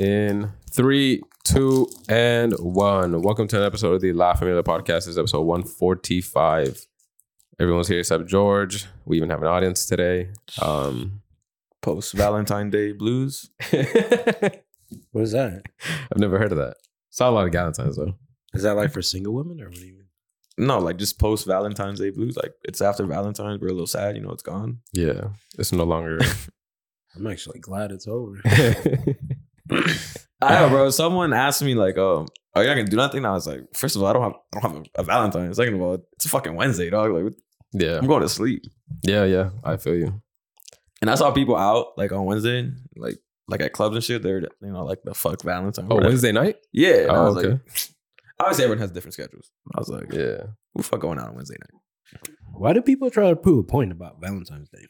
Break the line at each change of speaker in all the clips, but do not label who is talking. In three, two, and one. Welcome to an episode of the La Familia podcast. This is episode 145. Everyone's here except George. We even have an audience today. Um,
Post Valentine Day blues.
I've
What is that?
never heard of that. Saw a lot of Galentine's though.
Is that like for single women or what do you mean?
No, like just post Valentine's Day blues. Like it's after Valentine's. We're a little sad. You know, it's gone.
Yeah, it's no longer.
I'm actually glad it's over.
I know, bro. Someone asked me like, um, are you not gonna do nothing? I was like, first of all, I don't have, I don't have a, Valentine. Second of all, it's a fucking Wednesday, dog. Like,
yeah,
I'm going to sleep.
yeah, yeah. I feel you.
And I saw people out like on Wednesday, like like at clubs and shit. They're you know like the fuck Valentine.
Oh,
whatever.
Wednesday night.
Yeah. and I
Oh,
was
okay.
like, obviously everyone has different schedules. I was like, yeah.
Yeah,
who the fuck going out on Wednesday night?
Why do people try to prove a point about Valentine's Day?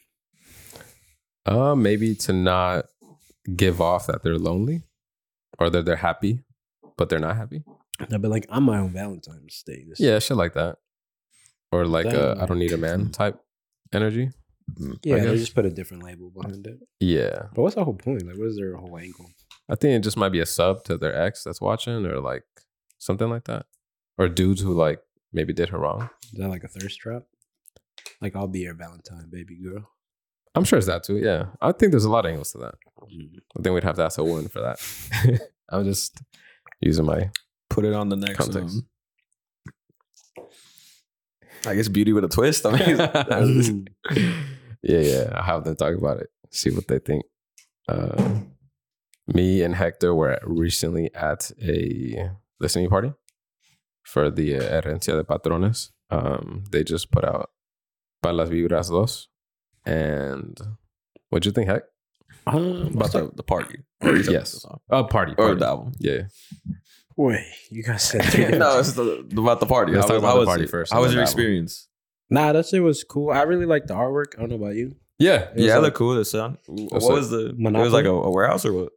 uh, maybe to not give off that they're lonely, or that they're happy, but they're not happy.
I'd be like, I'm my own Valentine's Day. This
Yeah, shit like that. Or like
That
uh,
and
I don't need a man type energy.
yeah.
I
They
guess.
just put a different label behind it.
Yeah.
But what's the whole point? Like, what is their whole angle?
I think it just might be a sub to their ex that's watching or like something like that. Or dudes who like maybe did her wrong.
Is that like a thirst trap? Like, I'll be your Valentine, baby girl.
I'm sure it's that too. Yeah. I think there's a lot of angles to that. I think we'd have to ask a woman for that. I'm just using my
Put it on the next.
Context.
um, I guess beauty with a twist. I mean, that's-
Um,
Mm.
yeah, yeah. I'll have them talk about it, see what they think. Uh, me and Hector were recently at a listening party for the uh, Herencia de Patrones. Um, they just put out Para las Vibras Dos. And what'd you think, Heck?
Um,
about the, the party. Or you said
Yes.
the song.
Oh, party.
Or
party.
the album.
yeah.
wait, you guys said three
no,
different-
it's the, about the party.
Let's
How
talk
was-
about
how
the
was
party
it?
first,
How
and
was
then
your
that one.
experience?
Nah, that shit was cool. I really like the artwork. I don't know about you.
Yeah.
It was
yeah,
like-
it looked cool. The sound. What
was like
was the? It
Monopoly?
was like a, a warehouse or what?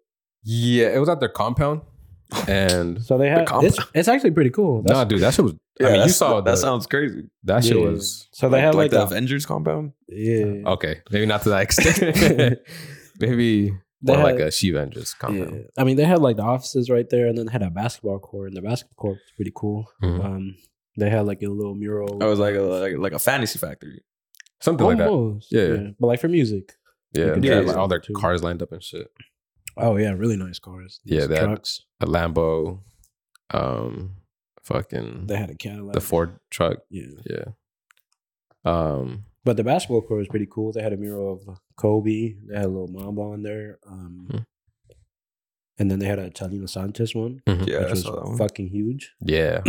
Yeah. It was at their compound. And
So they had
comp-
it's, it's actually pretty cool.
nah,
That's-
dude, that shit was, I mean, you
that's-
saw
that.
the-
sounds crazy.
that shit
yeah.
was
So they had like,
the
a-
Avengers compound.
yeah.
Okay, maybe not to that extent. maybe
They
more like
had-
a She Vengers compound.
Yeah. I mean, they had like the offices right there, and then had a basketball court, and the basketball court was pretty cool.
Mhm.
Um, they had like a little mural,
It was like a like, like a fantasy factory.
Oh, Something like that.
Almost,
Yeah.
but like for music.
Yeah,
can
they
do
had,
that
like, all their
too.
cars lined up and shit.
Oh yeah, really nice cars.
Yeah,
Nice
they had-
trucks.
A Lambo, um, fucking
They had a Cadillac.
the Ford truck.
Yeah,
Yeah. Um.
but the basketball court was pretty cool. They had a mural of Kobe. They had a little Mamba on there. Um,
Hmm.
and then they had a Chalino Sanchez one,
mhm.
Yeah,
which
I
was
saw that one.
fucking huge.
Yeah.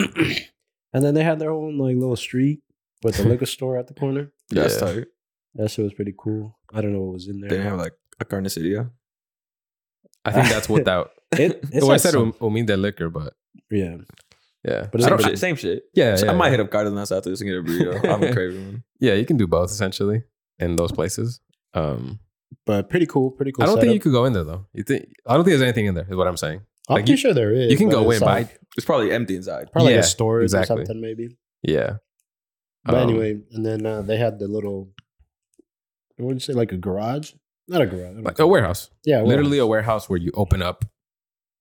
And then they had their own like little street with the liquor store at the corner.
Yeah, that's
Yeah.
tight.
That shit was pretty cool. I don't know what was in there.
They didn't have like a carniceria.
I think that's what that.
It, it's
well, I
like
said
some-
um, mean the liquor, but
yeah.
yeah,
But it's
I
Same
don't-
like-
shit. Same shit.
yeah,
So
yeah,
I might
yeah.
hit up Cardenas after this and get a burrito. I'm craving one.
yeah. You can do both essentially in those places. Um,
But pretty cool, pretty cool.
I don't think you
setup.
could go in there though. You think I don't think there's anything in there. Is what I'm saying.
I'm
like,
pretty
you-
sure there is.
you can
but
go
it's
in, but I-
like-
It's probably empty inside.
probably
Yeah,
a storage
exactly.
or something maybe.
Yeah.
But
Um,
anyway, and then uh, they had the little. I wouldn't say like a garage, not a garage,
like a warehouse.
Yeah, a
literally a warehouse where you open up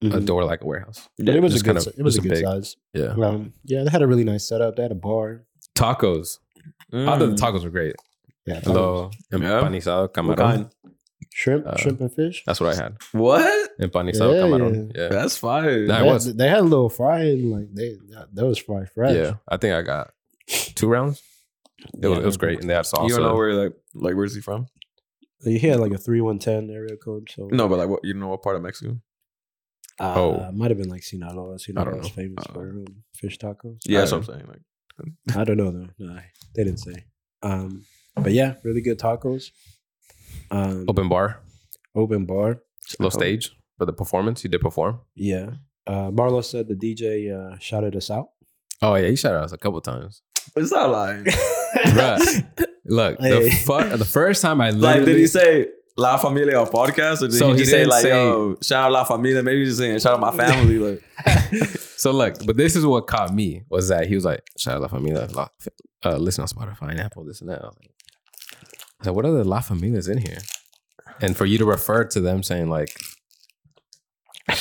warehouse.
a
Mhm.
door like a warehouse.
But it was a
just
good.
kind
si-
of-
it was a
just
good
a big-
size.
Yeah.
Um, yeah, they had a really nice setup. They had a bar.
Tacos. I thought the Mm. tacos were great.
Yeah,
Hello,
Yeah.
empanizado
What
camarón.
kind?
shrimp,
Uh,
shrimp and fish.
That's what I had.
What?
Empanizado
Yeah.
camarón. Yeah.
That's fire.
Nah,
They
it
had,
was.
they had a little frying like they that, that was fried fresh.
Yeah. I think I got two rounds. It, was, it was great. And they had salsa.
you don't know where like like where's he from?
He had like a three one ten area code. So
No, but like what you don't know what part of Mexico?
Uh,
Oh.
it might have been like Sinaloa. Sinaloa is famous
Uh,
for um, fish tacos.
Yeah,
I
that's what I'm
don't
saying. Like
I don't know though. No, I- they didn't say. Um, but yeah, really good tacos. Um,
Open bar,
open bar.
little stage for the performance. You did perform.
Yeah. Uh, Marlo said the DJ uh, shouted us out.
Oh, yeah. He shouted us a couple times.
it's not lying.
Bruh. Look, the,
Hey.
fu- the first time I literally.
Like, did he say La Familia on podcast, or did
So
he,
he
just say
didn't
like,
say-
"Yo, shout out La Familia"? Maybe he's just saying, "Shout out my family." Like,
So look, but this is what caught me was that he was like, "Shout out La Familia, La, uh, listen on Spotify and Apple, this and that." I was like, I was like, "What other La Familias in here?" And for you to refer to them saying like,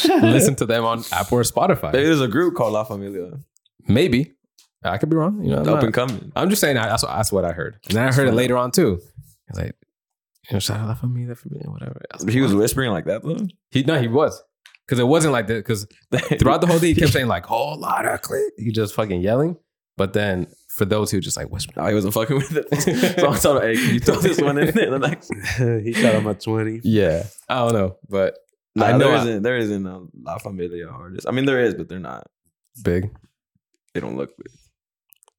Listen to them on Apple or Spotify.
Maybe there's a group called La Familia.
Maybe. I could be wrong. You know, I'm,
Up
not-
and coming.
I'm just saying I, that's, what, that's what I heard. And then I heard it later on too. It's like, you know, shout out for me, that for me, whatever. I
He was whispering like that though.
he no, he was. Cause it wasn't like that. Cause throughout the whole day he kept saying like whole lot of click. He just fucking yelling. But then for those who just like whisper,
No, he wasn't fucking with it. so I'm telling him, hey, can you throw this one in there? The next.
he shot him at 20.
yeah, I don't know, but
Nah,
I know
there
I-
isn't- there isn't a La Familia artist. I mean, there is, but they're not.
big.
They don't look big.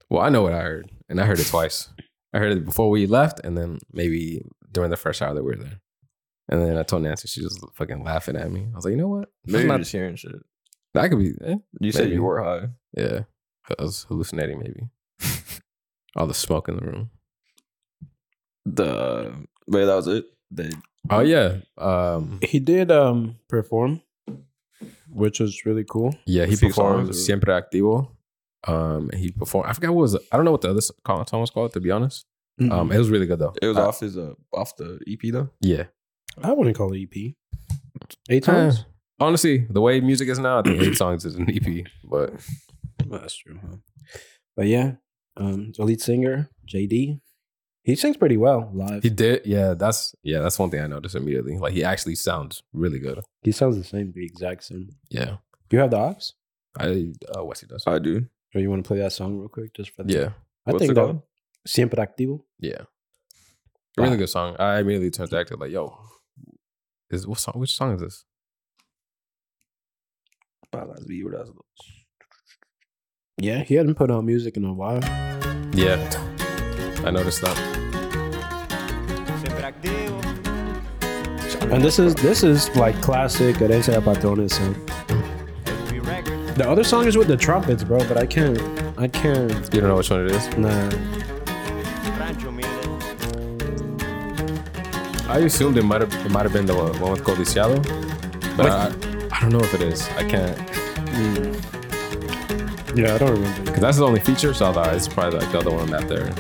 Well, I know what I heard, and I heard it twice. I heard it before we left, and then maybe during the first hour that we were there. And then I told Nancy, she was fucking laughing at me. I was like, you know what? That's
Maybe
not-
you're just hearing shit.
that could be, eh,
You said
Maybe.
you were high.
yeah. I was hallucinating, maybe. All the smoke in the room.
The but that was it. They
Oh yeah, um,
He did um perform, which was really cool.
yeah. He
A few
performed
songs or-
"Siempre Activo." Um, and he performed. I forgot what was. I don't know what the other s- co- song was called. To be honest, um, it was really good though.
Mm-hmm. it was
Uh,
off his uh, off the EP though.
Yeah.
I wouldn't call it EP. Eight times.
Honestly, the way music is now, I think eight songs is an EP. But
Well, that's true. Huh? But yeah, um, the lead singer JD, he sings pretty well live.
He
He,
did, yeah. That's yeah. That's one thing I noticed immediately. Like he actually sounds really good.
sounds the same, the exact same.
Yeah,
You have the ox,
I uh, Wesley does.
I do.
or you want to play that song real quick, just for the
yeah,
I
What's
think
it
that
called?
siempre activo.
yeah. Really good song. I immediately turned to actor like, yo, is what song? Which song is this?
Para las vibras.
Yeah, he hadn't put out music in a while.
Yeah, I noticed that.
And this is this is like classic Herencia de Patrones. song. The other song is with the trumpets, bro, but I can't, I can't.
You don't know which one it is.
Nah,
I assumed it might have it might have been the one one with Codiciado, but I, I don't know if it is. I can't
yeah, I don't remember.
because that's the only feature. So I thought it's probably like the other one that they're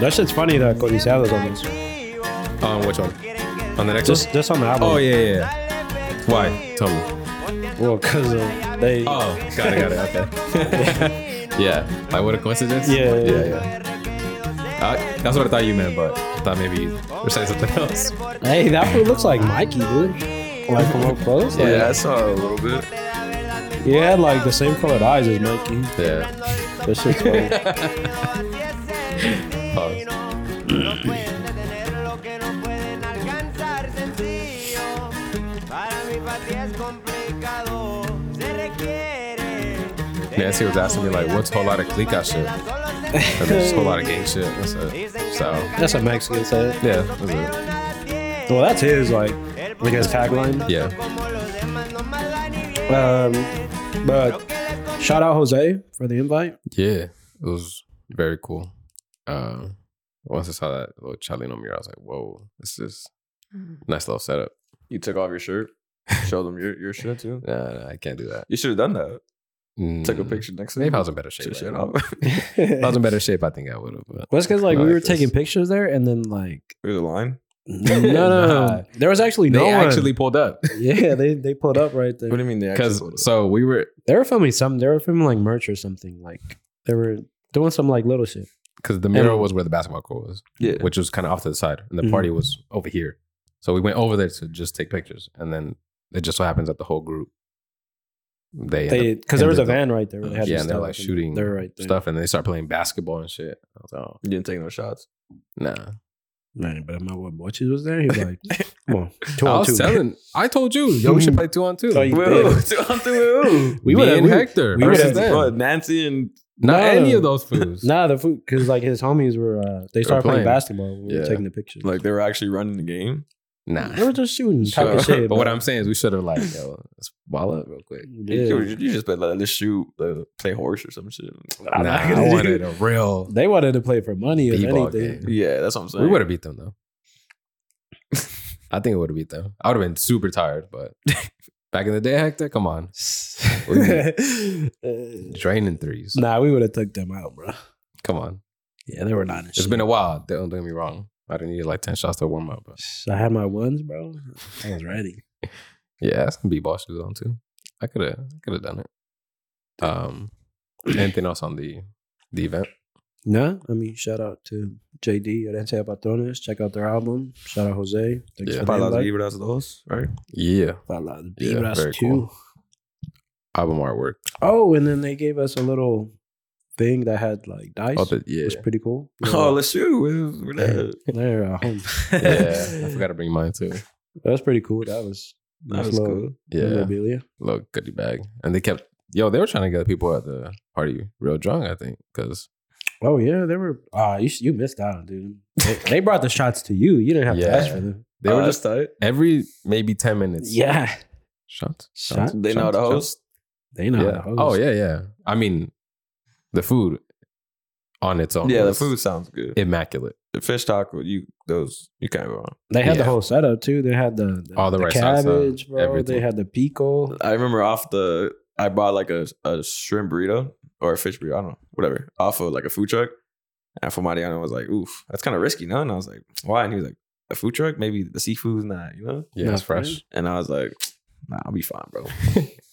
That shit's funny that Codiciados on this,
on Um, which one on the next
just
one.
just on the album.
Oh yeah, yeah, yeah. Why? Tell me.
Well, cause uh, they.
Oh, got it, got it. Okay. yeah. Like, what a coincidence.
Yeah, yeah,
yeah. I, that's what I thought you meant, but I thought maybe you were saying something else.
Hey, that fool looks like Mikey, dude. Like from up close.
Yeah,
Like,
I saw a little bit.
He had like the same colored eyes as Mikey.
Yeah.
That shit's funny.
Pause.
Nancy was asking me like, what's a whole lot of clica shit?
And there's a whole lot of gang shit. That's it. So,
that's a Mexican say.
yeah. That's it.
Well, that's his like, I guess tagline.
Yeah.
Um, but shout out Jose for the invite.
Yeah. It was very cool. Uh, once I saw that little Chalino mirror, I was like, whoa, this is
Mm.
nice little setup.
You took off your shirt. Showed them your, your shit too.
Nah, nah, I can't do that.
You should have done that. Took a
Mm.
picture next to
Maybe
him.
I was in better shape. right
Took shit
now.
off.
If I was in better shape, I think I would have. But
Well, it's because like
Not
we were
this.
taking pictures there, and then like
There's a line.
no, no, no,
Nah.
there was actually
they
no one.
actually pulled up.
yeah, they they pulled up right
What do
there.
you mean they actually
Because
pulled it?
so we were
They were filming some. They were filming like merch or something. Like they were doing some like little shit.
because the mirror
And-
was where the basketball court was,
Yeah.
which was kind of off to the side, and the
Mhm.
party was over here. So we went over there to just take pictures, and then it just so happens that the whole group they, end
They because there was a
ended up-
van right there. Where they had
yeah,
some
and they're
stuff,
like shooting
They're right there.
stuff, and they start playing basketball and shit. I was like, oh,
You didn't take no shots.
nah.
Man, but if my boy Butches was there, he was like, come on, two
I
on
was
two.
telling, I told you, yo, we should play two on two.
So you-
Woo, two on two.
we
We
me
would've-
and
we-
Hector
we
versus
would've-
them.
What, Nancy and
Not
No.
any of those fools.
Nah, the food because like his homies were uh, they started playing.
playing.
basketball. when We
Yeah.
were taking the pictures.
like they were actually running the game.
Nah.
they were just shooting,
Sure.
talking shit.
but what
bro.
I'm saying is, we should have like, yo, let's ball up real quick.
You,
yeah.
could've- you just been like, let's shoot, like, play horse or some shit.
I'm
nah,
not gonna
I
do-
wanted a real
they wanted to play for money if
b-ball
anything.
game.
Yeah, that's what I'm saying.
We would have beat them though. I think it would have beat them. I would have been super tired, but back in the day, Hector, come on,
Uh,
draining threes.
nah, we would have took them out, bro.
Come on,
Yeah, they were not. in
it's
shape.
been a while. Don't don't get me wrong. I didn't need like ten shots to warm up. But
I had my ones, bro. I was ready.
yeah, that's gonna be boss shoes on too. I could have, I could have done it. Um, anything else on the the event?
No, I mean, shout out to JD Herencia Patrones. Check out their album. Shout out Jose. Thanks
Yeah.
for the
Para las
invite.
vibras dos, right?
Yeah,
Palas
Yeah,
Vibras
very
too.
cool. album artwork.
Oh, and then they gave us a little thing that had like dice.
Oh, the, yeah,
It was pretty cool.
Oh, let's shoot. We're lit.
They're at home.
yeah. I forgot to bring mine too.
um, That was pretty cool. That was
That
nice
was
little
cool.
Yeah,
memorabilia.
little goodie bag, and they kept. Yo, they were trying to get people at the party real drunk. I think because
Oh yeah, they were. Ah, you you missed out, dude. They, they brought the shots to you. You didn't have to
Yeah.
ask for them.
they were
Oh,
just
that's tight.
every maybe ten minutes.
Yeah,
shots.
Shot?
They know the host.
they know.
yeah. Oh yeah, yeah. I mean, the food on its own.
Yeah, the
was
food sounds good.
immaculate.
The fish taco, you those you can't go wrong.
They had the
Yeah.
whole setup too. They had the, the
All the right salsa,
cabbage, bro. They
everything.
had the pico.
I remember off the I bought like a, a shrimp burrito or a fish burrito, I don't know, whatever, off of like a food truck. And for Mariano was like, oof, that's kind of risky, no? And I was like, why? And he was like, a food truck? Maybe the seafood's not, you know?
Yeah,
Nah,
it's fresh.
And I was like, nah, I'll be fine, bro.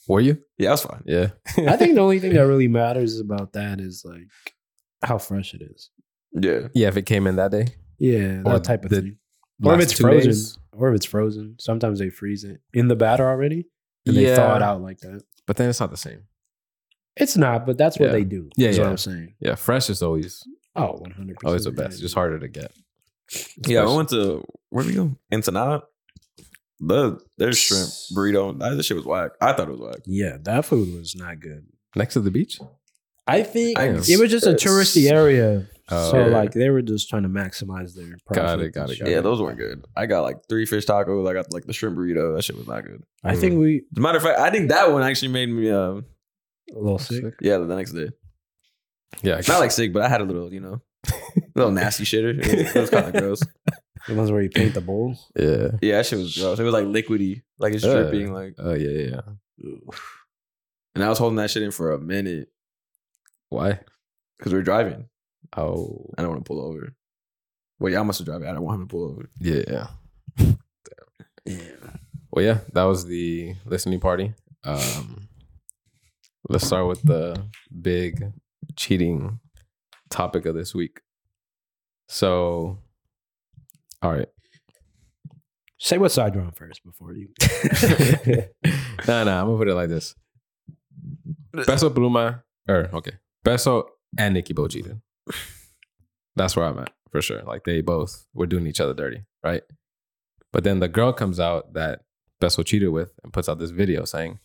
Were you?
Yeah, I was fine.
Yeah.
I think the only thing that really matters about that is like how fresh it is.
Yeah.
Yeah, if it came in that day.
Yeah,
Or
that type of
the
thing. Or if
Last
it's
two
frozen.
days.
Or if it's frozen. Sometimes they freeze it in the batter already and
yeah.
they thaw it out like that.
But then it's not the same.
It's not, but that's what
Yeah.
they do.
Yeah,
is
yeah.
what I'm saying.
Yeah, fresh is always
Oh, 100. percent
always the best. It's just harder to get.
Yeah, I
Especially-
went to where we go? Ensenada. The their shrimp burrito. That, that shit was whack. I thought it was whack.
Yeah, that food was not good.
next to the beach.
I think
I-
it was just a touristy area,
Oh,
so
yeah.
like they were just trying to maximize their profit.
Got it, got
and
it,
shit.
got it.
Yeah, those weren't good. I got like three fish tacos. I got like the shrimp burrito. That shit was not good.
I
Mm.
think we
As a matter of fact, I think that one actually made me um
a little sick.
yeah the next day.
Yeah,
Not like sick, but I had a little you know little nasty shitter. It was, kind of gross.
The ones where you paint the bowl.
yeah.
Yeah, that shit was gross. It was like liquidy, like it's
Yeah.
dripping. Like
Oh yeah, yeah. yeah.
and I was holding that shit in for a minute
Why?
because we were driving.
Oh
I don't want to pull over. Well, yeah, I must have driven. I don't want him to pull over.
yeah.
Yeah.
Well, yeah, that was the listening party. Um, let's start with the big cheating topic of this week. So, all right.
Say what side you're on first before you.
nah, nah, I'm gonna put it like this. Peso Pluma, or okay, Peso and Nikki both cheated. That's where I'm at for sure. Like they both were doing each other dirty, right? But then the girl comes out that Peso cheated with and puts out this video saying,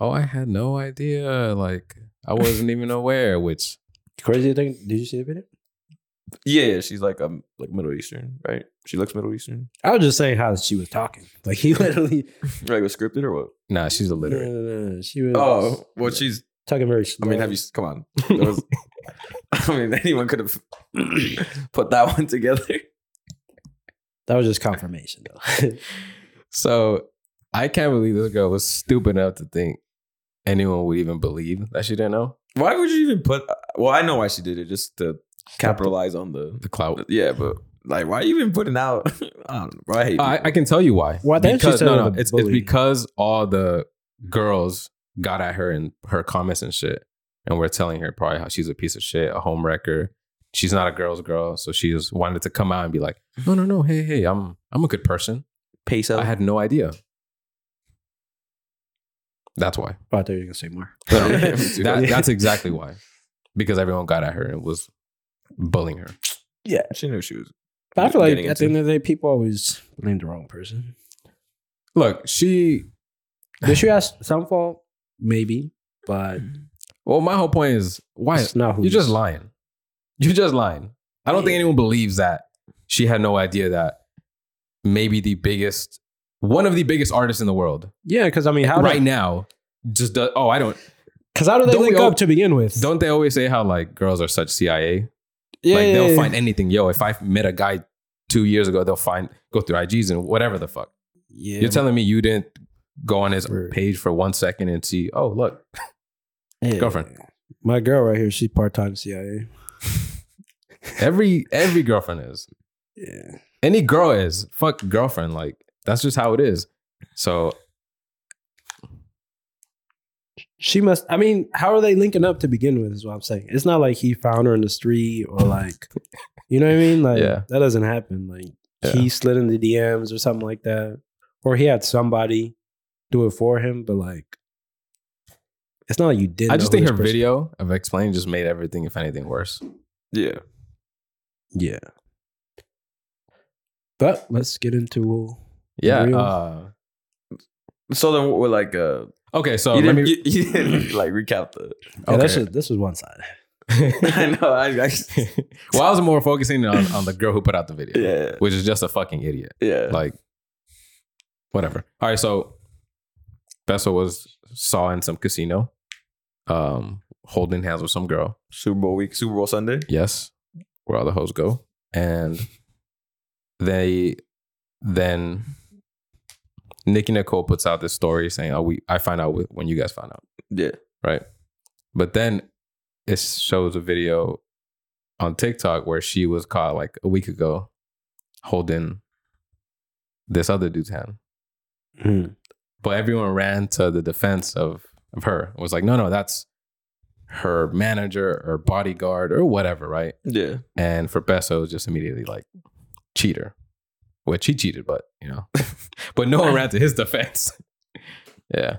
"Oh, I had no idea. Like I wasn't even aware." Which
Crazy thing. Did you see the video?
Yeah, yeah, she's like um like Middle Eastern, right? She looks Middle Eastern.
I was just saying how she was talking. Like he literally.
Like was scripted or what?
nah, she's illiterate.
No, no, no, She was.
Oh, well, she's.
talking very slow.
I mean, have you? Come on. There was- I mean, anyone could have put that one together.
That was just confirmation, though.
So I can't believe this girl was stupid enough to think anyone would even believe that she didn't know
Why would you even put? uh, Well, I know why she did it, just to capitalize on the.
the clout.
Yeah, but like, why are you even putting out? I don't know. Bro, I hate.
I,
people.
I can tell you why.
Why didn't she
because,
tell
no, no,
the
it's, it's
bully?
because all the girls got at her and her comments and shit, and we're telling her probably how she's a piece of shit, a home wrecker. She's not a girl's girl, so she just wanted to come out and be like, "No, no, no, hey, hey, I'm I'm a good person.
peso.
I had no idea." That's why.
oh, I thought you were gonna say more.
No, no, that, that's exactly why, because everyone got at her and was bullying her.
she knew she was.
But I feel like
Getting
at the
into-
end of the day, people always blame the wrong person.
Look, she
Did she ask some fault? Maybe, but
Well, my whole point is why
It's not who
you're just
you-
lying. You're just lying. I don't think anyone believes that she had no idea that maybe the biggest, one of the biggest artists in the world
yeah, because I mean, how
right
right?
now just does. Oh, I don't.
Because how do they
Don't we
link
all-
up to begin with?
Don't they always say how like girls are such CIA?
yeah,
like
yeah,
they'll
yeah.
find anything. Yo, if I met a guy two years ago, they'll find go through IGs and whatever the fuck.
Yeah,
you're telling me you didn't go on his
Right.
page for one second and see? Oh, look,
yeah.
girlfriend.
My girl right here, she's part time CIA.
every every girlfriend is.
Yeah.
Any girl is fuck girlfriend. Like that's just how it is. So
She must. I mean, how are they linking up to begin with? Is what I'm saying. It's not like he found her in the street or like, you know what I mean? Like
Yeah.
that doesn't happen. Like
Yeah.
he slid in the DMs or something like that, or he had somebody do it for him. But like, it's not like you did.
I just think her video of explaining just made everything, if anything, worse.
Yeah.
Yeah. But let's get into.
Yeah.
Real.
Uh,
So then, what would like uh,
okay. So
you,
let
didn't,
me.
you, you didn't like recap the.
Yeah, that's
Okay.
just, this was one side.
I know. I, I
well, I was more focusing on, on the girl who put out the video,
yeah,
which is just a fucking idiot.
yeah.
Like, whatever. All right. So, Vessel was saw in some casino, um, holding hands with some girl.
Super Bowl week, Super Bowl Sunday.
Yes, where all the hoes go, and they then Nicki Nicole puts out this story saying, "Oh, we I find out when you guys find out."
Yeah,
right? But then it shows a video on TikTok where she was caught like a week ago holding this other dude's hand.
Hmm.
But everyone ran to the defense of, of her. It was like, no, no, that's her manager or bodyguard or whatever, right?
yeah.
And for Besso, it was just immediately like cheater. Which he cheated, but you know. but no one ran to his defense. yeah.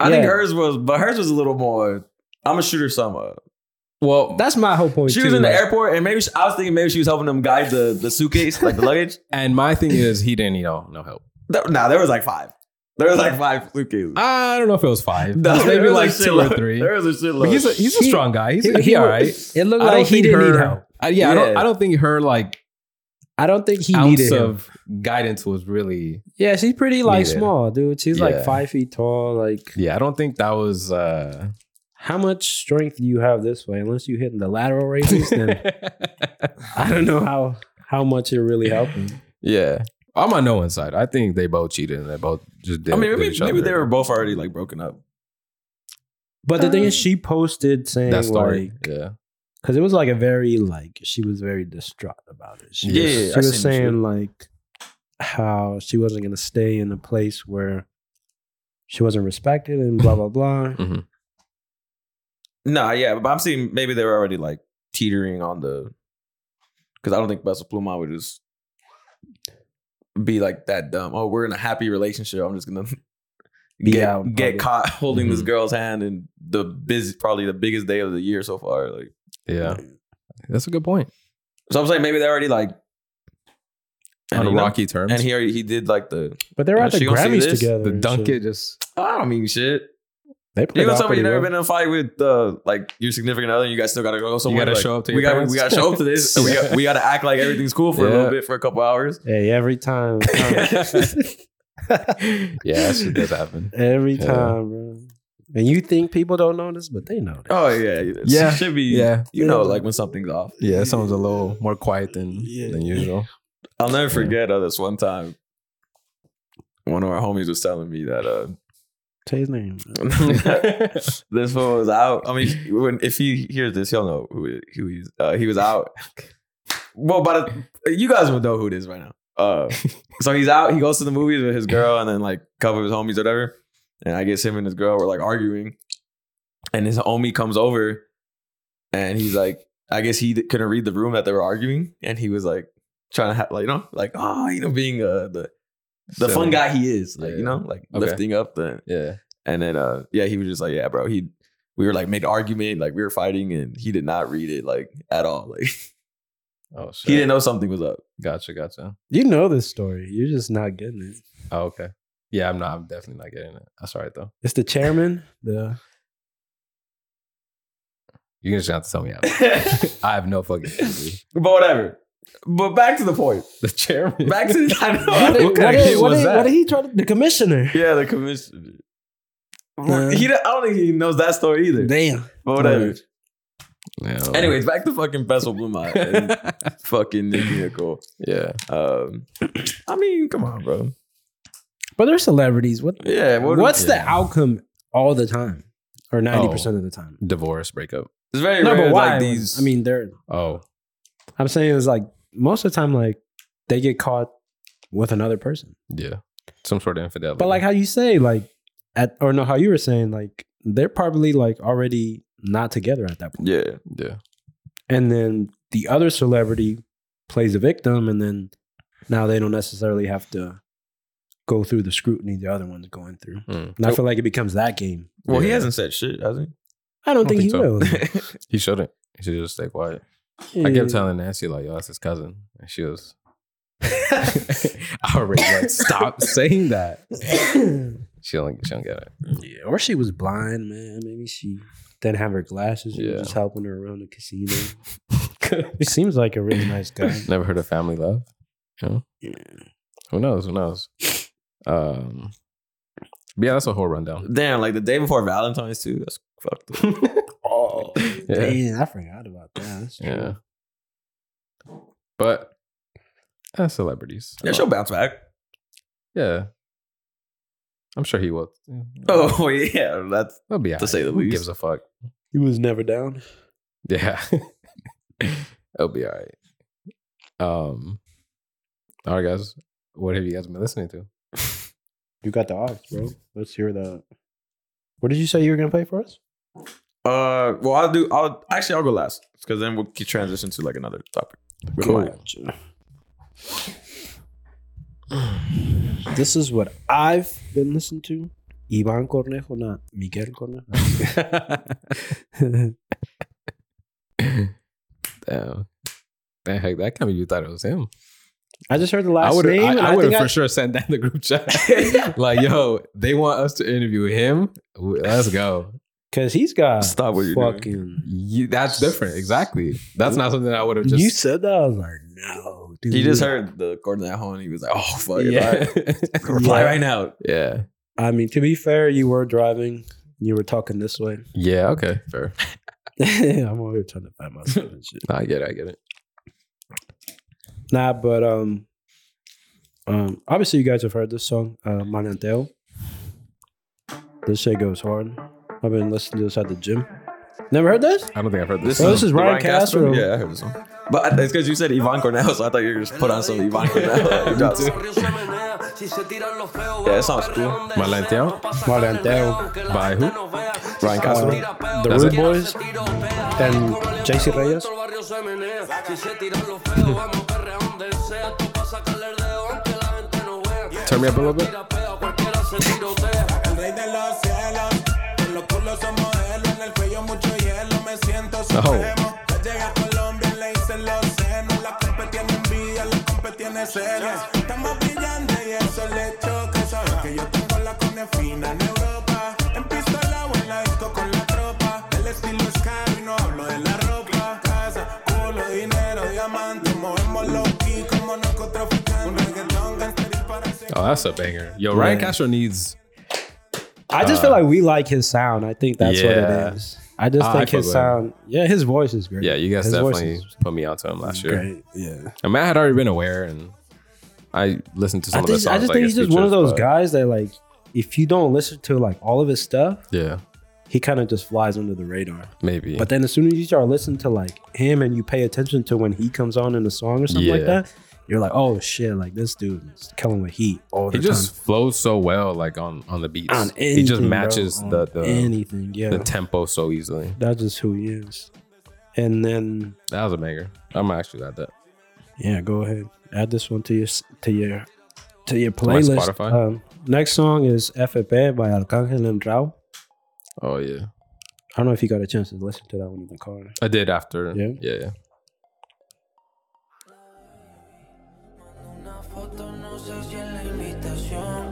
I think
Yeah.
hers was, but hers was a little more. I'm a shooter. Some. uh,
Well,
That's my whole point.
She
too,
was in the
like-
airport, and maybe she, I was thinking maybe she was helping them guide the the suitcase, like the luggage.
and my thing is he didn't need all no help.
No, nah, there was like five. There was like five suitcases.
I don't know if it was five.
No,
It was
there
maybe
was a
like two or
shitload.
three.
There was a shitload.
But he's a he's a
He-
strong guy. He's
he-
he,
he
all
was-
right.
It looked
I don't
like he
think
didn't need
her-
help.
I, yeah, I don't
Yeah.
I don't think her like
I don't think he
ounce
needed him.
of guidance was really.
Yeah, she's pretty like
Needed.
small, dude. She's
Yeah.
like five feet tall. Like,
Yeah, I don't think that was. uh
how much strength do you have this way? Unless you hitting the lateral raises, then I don't know how how much it really helping.
yeah, I'm on no one's side. I think they both cheated and they both just did.
I mean,
did
maybe
each
maybe
other.
they were both already like broken up.
But the thing is, she posted saying
that story.
like,
yeah,
because it was like a very like she was very distraught about it. She
Yeah,
yeah,
was, she
I seen
was
this
saying
shit.
like how she wasn't gonna stay in a place where she wasn't respected and blah blah blah.
Mm. Nah, yeah, but I'm seeing maybe they were already like teetering on the. Because I don't think Bessel Pluma would just be like that dumb. Oh, we're in a happy relationship. I'm just gonna
Be
get,
out in
get
public.
caught holding this
Mhm.
girl's hand in the busy, probably the biggest day of the year so far. Like,
yeah, that's a good point.
so I'm saying maybe they're already like
On
you know,
rocky terms,
And he already he did like the
But they were
Yeah,
at the
she gonna see
Grammys
this?
together.
the
and
dunk
shit.
it just
I don't mean shit.
They
You
played
gonna
out
tell me
pretty
you never
well.
been in a fight with uh like your significant other? and You guys still gotta go somewhere.
gotta
like,
show up to your
we gotta
parents?
we gotta show up to this. and we, got, we gotta act like everything's cool for a
Yeah.
little bit for a couple hours.
Hey, every time.
yeah, that shit does happen.
every
Yeah.
time, bro. And you think people don't notice, but they know that.
Oh yeah,
Yeah.
It should be.
Yeah.
you know, like when something's off.
Yeah, someone's a little more quiet than
Yeah.
than usual.
I'll never forget uh, this one time. One of our homies was telling me that uh,
Say his name.
this one was out. I mean, when if he hears this, he'll know who who he's. Uh, he was out. Well, but uh, you guys will know who it is right now. Uh, so he's out. He goes to the movies with his girl, and then like a couple of his homies, or whatever. And I guess him and his girl were like arguing, and his homie comes over, and he's like, I guess he couldn't read the room that they were arguing, and he was like trying to have like you know like oh you know being uh, the the
So-
fun guy he is like
Yeah.
you know like
Okay.
lifting up the
Yeah.
and then uh yeah, he was just like, Yeah, bro, he we were like made argument, like we were fighting and he did not read it like at all. Like
Oh shit.
he didn't know something was up.
Gotcha. Gotcha.
You know this story. You're just not getting it.
Oh, okay. Yeah, I'm not. I'm definitely not getting it. That's all right though.
It's the chairman. The
You're just gonna have to tell me out.
but
I have no fucking clue.
whatever. But back to the point.
The chairman.
Back to the I
what,
know.
What kind of
did-
kid
what
was
did-
that?
what did he try to? The commissioner.
yeah, the commission.
Uh.
he, don't- I don't think he knows that story either.
Damn.
But whatever.
Right.
Yeah, well,
Anyways, back to fucking Bessel Blumont and fucking Nicki Nicole.
yeah.
Um, I mean, come on, bro.
But they're celebrities. What?
Yeah. What
what's the
yeah.
outcome all the time, or ninety percent of the time?
Divorce, breakup.
It's very
No,
rare.
but why?
Like these.
I mean, they're.
Oh,
I'm saying it's like most of the time, like they get caught with another person.
Yeah. Some sort of infidelity.
But like how you say, like at or no, how you were saying, like they're probably like already not together at that point.
Yeah.
yeah.
And then the other celebrity plays the victim, and then now they don't necessarily have to go through the scrutiny the other one's going through.
Mm.
And I feel like it becomes that game.
Well, he
Yeah.
hasn't said shit, has
I don't, think,
think
he
so.
will.
he?
He shouldn't. He should just stay quiet. I kept telling Nancy, like, yo, that's his cousin. And she was I already like, stop saying that. She don't, she don't get it.
Yeah, or she was blind, man. Maybe she didn't have her glasses. Yeah.
Yeah.
just helping her around the casino. he seems like a really nice guy.
Never heard of family love. You know?
Yeah.
Who knows? Who knows? Um, but yeah, that's a whole rundown.
Damn, like the day before Valentine's too. That's fucked up.
Oh,
Yeah.
damn, I forgot about that. That's true.
Yeah. But uh, celebrities.
Yeah, she'll bounce back.
Yeah. I'm sure he will.
Oh yeah, that's
That'll be
to
out.
say the
Who
least.
gives a fuck?
He was never down.
Yeah. It'll be all right. Um all right guys. What have you guys been listening to?
You got the ox, bro.
Mm-hmm.
Let's hear the. What did you say you were gonna play for us?
Uh, well, I'll do. I'll actually I'll go last because then we'll keep transition to like another topic. With mine.
Gotcha. This is what I've been listening to. Ivan Cornejo, not Miguel Cornejo.
Damn. The heck, that can't be you thought it was him.
I just heard the last
I would
name.
I,
and
I would
think
have for sure sent that in the group chat. like, yo, they want us to interview him. Let's go.
Cause he's got
Stop what you're doing.
fucking.
You, that's different. Exactly. That's not something I would have just
you said that. I was like, no, dude.
He just heard the Cornejo and he was like, "Oh fuck,
Yeah.
yeah. reply
Yeah.
right now."
yeah.
I mean, to be fair, you were driving. You were talking this way.
Yeah, okay. Fair.
I'm over here trying to find myself and shit.
No, I get it. I get it.
Nah, but um, um, obviously you guys have heard this song, uh, Mananteo. This shit goes hard. I've been listening to this at the gym. Never heard this?
I don't think I've heard this.
So this
song.
is
The
Ryan Castro.
Yeah, I heard this one. But I- it's because you said Ivan Cornejo, so I thought you were just put on some Ivan Cornejo.
yeah,
Yeah, that sounds cool.
Malanteo?
Malanteo.
By who?
Ryan Castro.
Uh, The
That's
Rude
it.
Boys and JC Reyes.
Turn me up a little bit.
Rey de los cielos, en los culos somos helo, en el cuello mucho hielo, me siento
Oh.
Oh,
supremo. Ya llegué a Colombia, le hice los senos, la compa tiene envidia, la compa tiene celos. Estamos brillantes y eso le choca, sabes que yo tengo la cone fina en Europa. En pistola o en la disco con la tropa, el estilo es caro y no hablo de la ropa. Casa, culo, dinero, diamante, movemos los ki como narcotraficantes. Un reggaetón gangster y parece
Oh, that's a banger. Yo, Ryan
Yeah.
Castro needs.
I just feel like we like his sound. I think that's
Uh, Yeah. Ah,
what it is. I just
I
think
fuck
his
with him.
sound. Yeah, his voice is great.
Yeah, you guys
His voice
definitely
is
put me onto him last year.
Great. Yeah.
And Matt had already been aware, and I listened to some
I
of the
just,
songs.
I just
like,
think
his
he's just one of
features,
those
but-
guys that like, if you don't listen to like all of his stuff,
Yeah,
he kind of just flies under the radar.
maybe.
But then as soon as you start listening to like him and you pay attention to when he comes on in a song or something like
Yeah.
that, you're like, oh shit, like this dude is killing with heat all the
he just
time.
flows so well, like on on the beats.
On
he just
anything,
matches
bro, on
the the,
anything, yeah.
the tempo so easily.
That's just who he is. And then
That was a banger. I'm actually at that.
yeah, go ahead, add this one to your s- to your to your
my
playlist.
Spotify?
Um, next song is FFP by Arcángel and Rao.
Oh yeah,
I don't know if you got a chance to listen to that one in the car.
I did after.
Yeah?
yeah. yeah.
Una foto no sé si en la invitación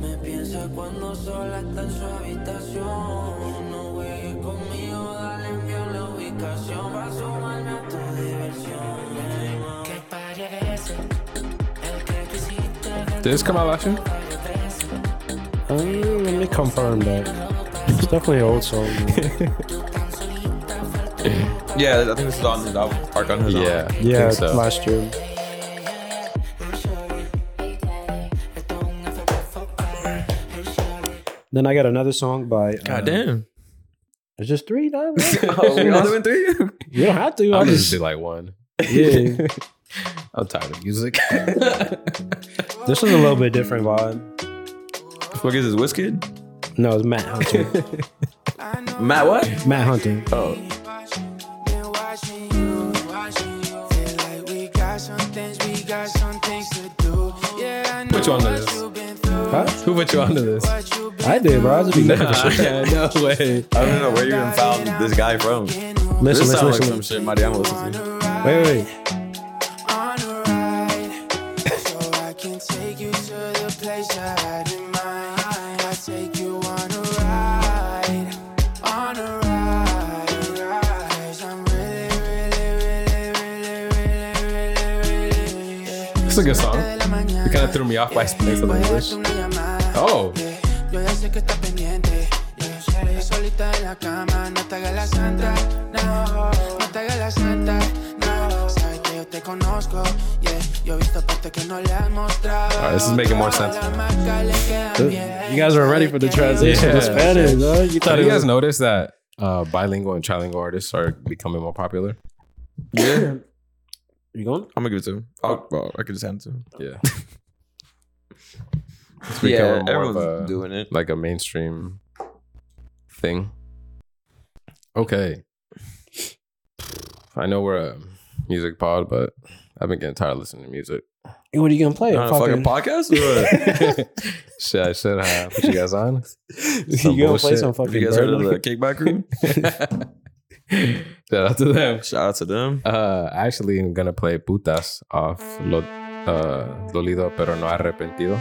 Me piensa cuando sola está en su habitación No juegues conmigo, dale envío la ubicación Va a sumarme a tu diversión Que parece el que tú hiciste
Did this come out last year?
Um, let me confirm that. It's definitely an old song. man.
Yeah, I think this is on his album. Arc on his
Yeah,
album.
I
yeah,
think so.
last year. Then I got another song by. uh,
God damn.
It's just three. dog.
Oh, we all doing three?
you don't have to. I
I'll
just,
just do like one.
yeah.
I'm tired of music.
This is a little bit different vibe.
What is this Wizkid?
No, it's Matt Hunting.
Matt what?
Matt Hunting.
Been watching you, watching you. Feel like we got some things, we got some things to do. Yeah, I know
Which one
what
is this?
you've been through,
Huh?
Who put you onto this?
what you've been
I did, bro. I was just looking for shit.
yeah, no way.
I don't know where you even found this guy from. This
Listen, listen,
sounds like
listen.
some shit Mariano listens to.
Wait, wait, wait.
on a ride. so I can take you to the place I had in mind. I take you on a ride. On a ride. Cause I'm really, really, really, really, really, really, really. yeah.
It's a good song.
De la mañana.
You kind of threw me off by playing some
Voy a
English.
darte una llamada.
Oh.
Yeah. Yo ya sé que estás pendiente. Yeah. Solita en la cama, no te hagas la santa. No, no te hagas la santa. No, sabes que yo te conozco. Yeah. Yo he visto parte que no le has mostrado.
Alright, this is making more sense. Uh,
Todas las marcas le quedan bien.
You guys were ready for the transition
Yeah.
to Spanish, dog. You
Have
thought it
you guys
was
noticed that uh, bilingual and trilingual artists are becoming more popular?
Yeah. Oh.
you going?
I'm gonna give it to him. I'll, well, I could just hand it to him.
Yeah. it's becoming more of a,
it.
like a mainstream thing. Okay. I know we're a music pod, but I've been getting tired of listening to music.
What are you gonna play?
On a Uh, fucking podcast? Or
Shit, I should have put you guys on.
you gonna
bullshit.
play some
what?
fucking?
Have you guys heard of
Birdland?
the kickback room?
Shout out to them.
Shout out to them.
Uh, actually, I'm gonna play Putas off Lo, uh, Dolido Pero No Arrepentido.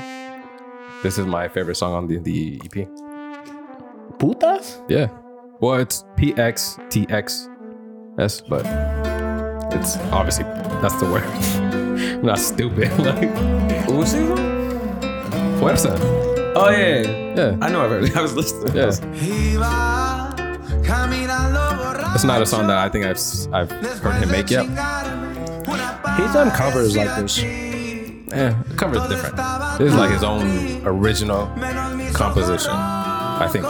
This is my favorite song on the, the E EP.
putas?
Yeah. Well, it's PXTXS, but it's obviously that's the word. I'm not stupid. like,
Who sings them?
fuerza.
Oh yeah.
Yeah.
I know I've heard. it. I was listening.
Yeah.
Iba caminando borracho.
It's not a song that I think I've, s- I've heard him make yet.
He's done covers like this.
Yeah, the cover's different. This is like his own original composition, I think.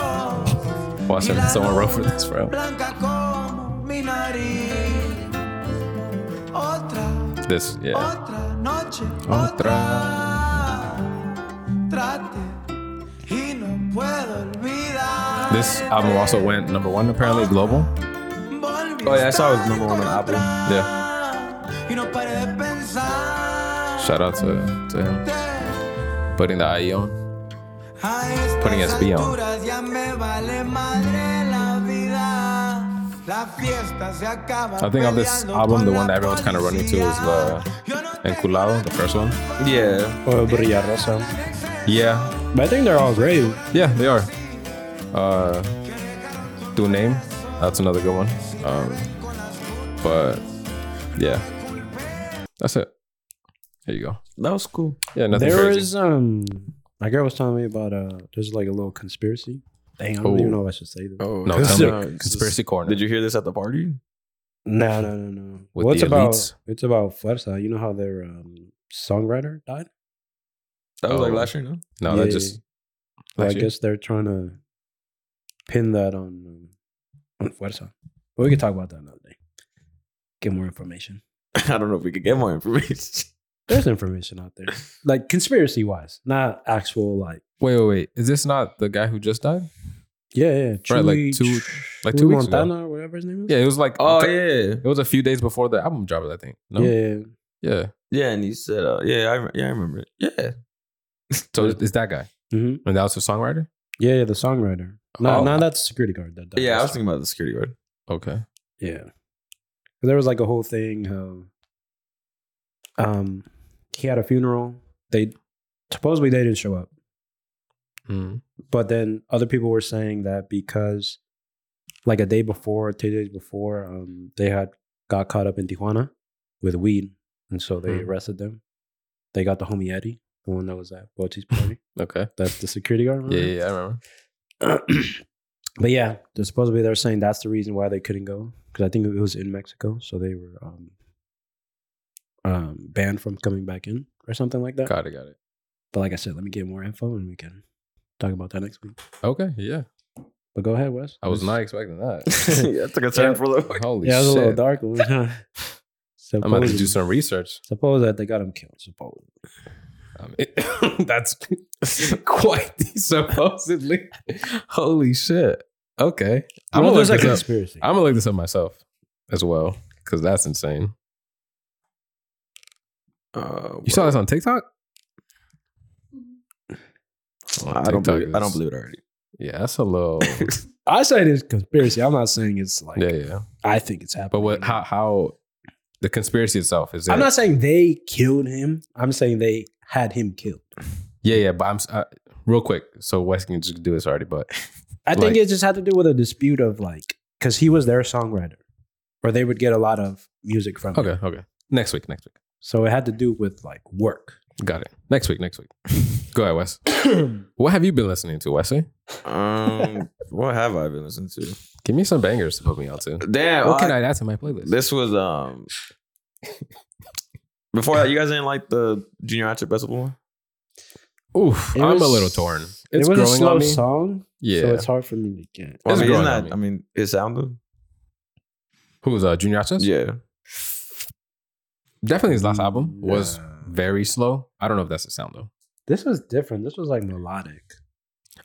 Watch him. Someone wrote for this, bro.
Blanca como mi nariz. Otra,
This, yeah.
otra noche.
Otra.
Trate y no puedo olvidar.
This album also went number one apparently global.
Oh yeah, I saw it was number one on Apple.
Yeah.
Y no paré de pensar.
Shout out to, to him. Putting the IE on.
A estas
Putting SB on.
alturas ya me vale madre la vida. La fiesta se acaba
I think of this
peleando
album,
con
the one
la
that everyone's kind of running to is uh, the
policía. Yo no te
Enculado, the first one.
Yeah.
Or Brilla Rosa?
Yeah.
But I think they're all great.
Yeah, they are. Uh, Do Name. That's another good one. Um, but yeah. That's it. There you go.
That was cool.
Yeah, nothing
There
crazy.
was um, my girl was telling me about uh, there's like a little conspiracy. Dang, I don't
Oh.
even know if I should say this.
Oh
no, tell me.
no,
Conspiracy Corner.
Did you hear this at the party?
No, no, no, no.
With
well, it's
the
about
elites.
it's about Fuerza. You know how their um, songwriter died.
That was like
Oh.
last year, no?
no,
Yeah,
that just.
Well, I
that you-
guess they're trying to pin that on um, on Fuerza. But we can talk about that another day. Get more information.
I don't know if we could get more information.
There's information out there, like conspiracy wise, not actual like.
Wait, wait, wait. Is this not the guy who just died?
Yeah, yeah.
Right, like
Chuy-
two-
Chuy
like two weeks ago.
Montana, or whatever his name is.
Yeah, it was like.
Oh yeah.
It was a few days before the album dropped, I think. No?
yeah, yeah.
Yeah.
Yeah, and he said, uh, yeah, I re- yeah, I remember it. Yeah.
So it's that guy.
hmm
And that was a songwriter?
Yeah, yeah, the songwriter. No,
Oh.
no, that's the security guard. That, that
Yeah, I was thinking about the security guard.
Okay.
Yeah, 'Cause there was like a whole thing. Of, um, he had a funeral. They supposedly they didn't show up,
Mm.
but then other people were saying that because, like a day before, two days before, um, they had got caught up in Tijuana with weed, and so they
Hmm.
arrested them. They got the homie Eddie, the one that was at Bochi's party.
Okay.
That's the security guard.
Yeah,
remember?
yeah, yeah, I remember.
but yeah, they're supposedly they're saying that's the reason why they couldn't go because I think it was in Mexico, so they were um, um, banned from coming back in or something like that.
Got it, got it.
But like I said, let me get more info and we can talk about that next week.
Okay, yeah.
But go ahead, Wes.
I was not expecting that.
yeah, I took a turn
Yeah.
for the
Holy
Yeah, it was
shit.
a little dark. One.
I'm about to do
Supposedly-
some research.
Suppose that they got him killed. Suppose.
I mean, that's quite the supposedly. Holy shit. Okay. I'm
What if
gonna, look
there's a
this up.
conspiracy?
I'm gonna look this up myself as well. Cause that's insane.
Uh,
You saw this on TikTok?
well,
On
I don't
TikTok
believe. I don't
is-
believe it already.
Yeah, that's a little
I say this conspiracy. I'm not saying it's like
Yeah, yeah.
I think it's happening.
But what how how the conspiracy itself is it
I'm not saying they killed him. I'm saying they had him killed.
Yeah, yeah, but I'm s- uh, real quick. So Wes can just do this already, but
I think
Like-
it just had to do with a dispute of like because he was their songwriter, or they would get a lot of music from. him.
okay, okay. Next week, next week.
So it had to do with like work.
Got it. Next week, next week. Go ahead, Wes. what have you been listening to, Wesley?
Um, what have I been listening to?
Give me some bangers to put me out to.
Damn.
What can
I-
I add to my playlist?
This was um. Before that, you guys didn't like the Junior Hatchet Festival one.
Oof,
It
I'm a
was-
little torn. It's
it was a
growing
slow
on me.
song,
Yeah.
so it's hard for me to get.
It's
Well, I mean, isn't
growing on
that?
me.
I mean, it sounded.
Who was uh, Junior Hatches?
Yeah.
Definitely his last
Mm,
album was
Nah.
very slow. I don't know if that's a sound though.
This was different. This was like melodic.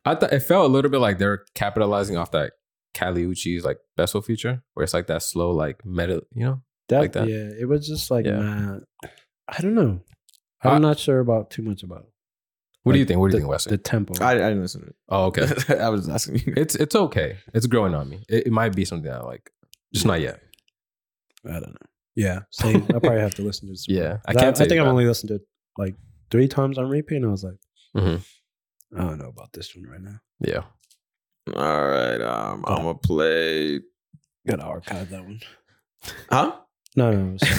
I thought it felt a little bit like they're capitalizing off that Cali Uchis like Bessel feature, where it's like that slow, like metal, you know?
That,
Like that?
Yeah, it was just like
Yeah.
nah, I don't know. I'm
I-
not sure about too much about
What do you
Like
think? What do you
the-
think, Wesley?
the tempo.
I, I didn't listen to it.
oh, okay.
I was asking you.
It's it's okay. It's growing on me. It, it might be something I like. Just not yet.
I don't know. Yeah, same. I probably have to listen to this.
Yeah. I
I
can't
can't. I, think
say
I've
that.
only listened to it like three times on repeat, and I was like,
Mhm.
Mm-hmm.
I don't know about this one right now.
Yeah.
All right. Um, I'm gonna play.
Gotta archive that one.
Huh?
No, no, no. sorry.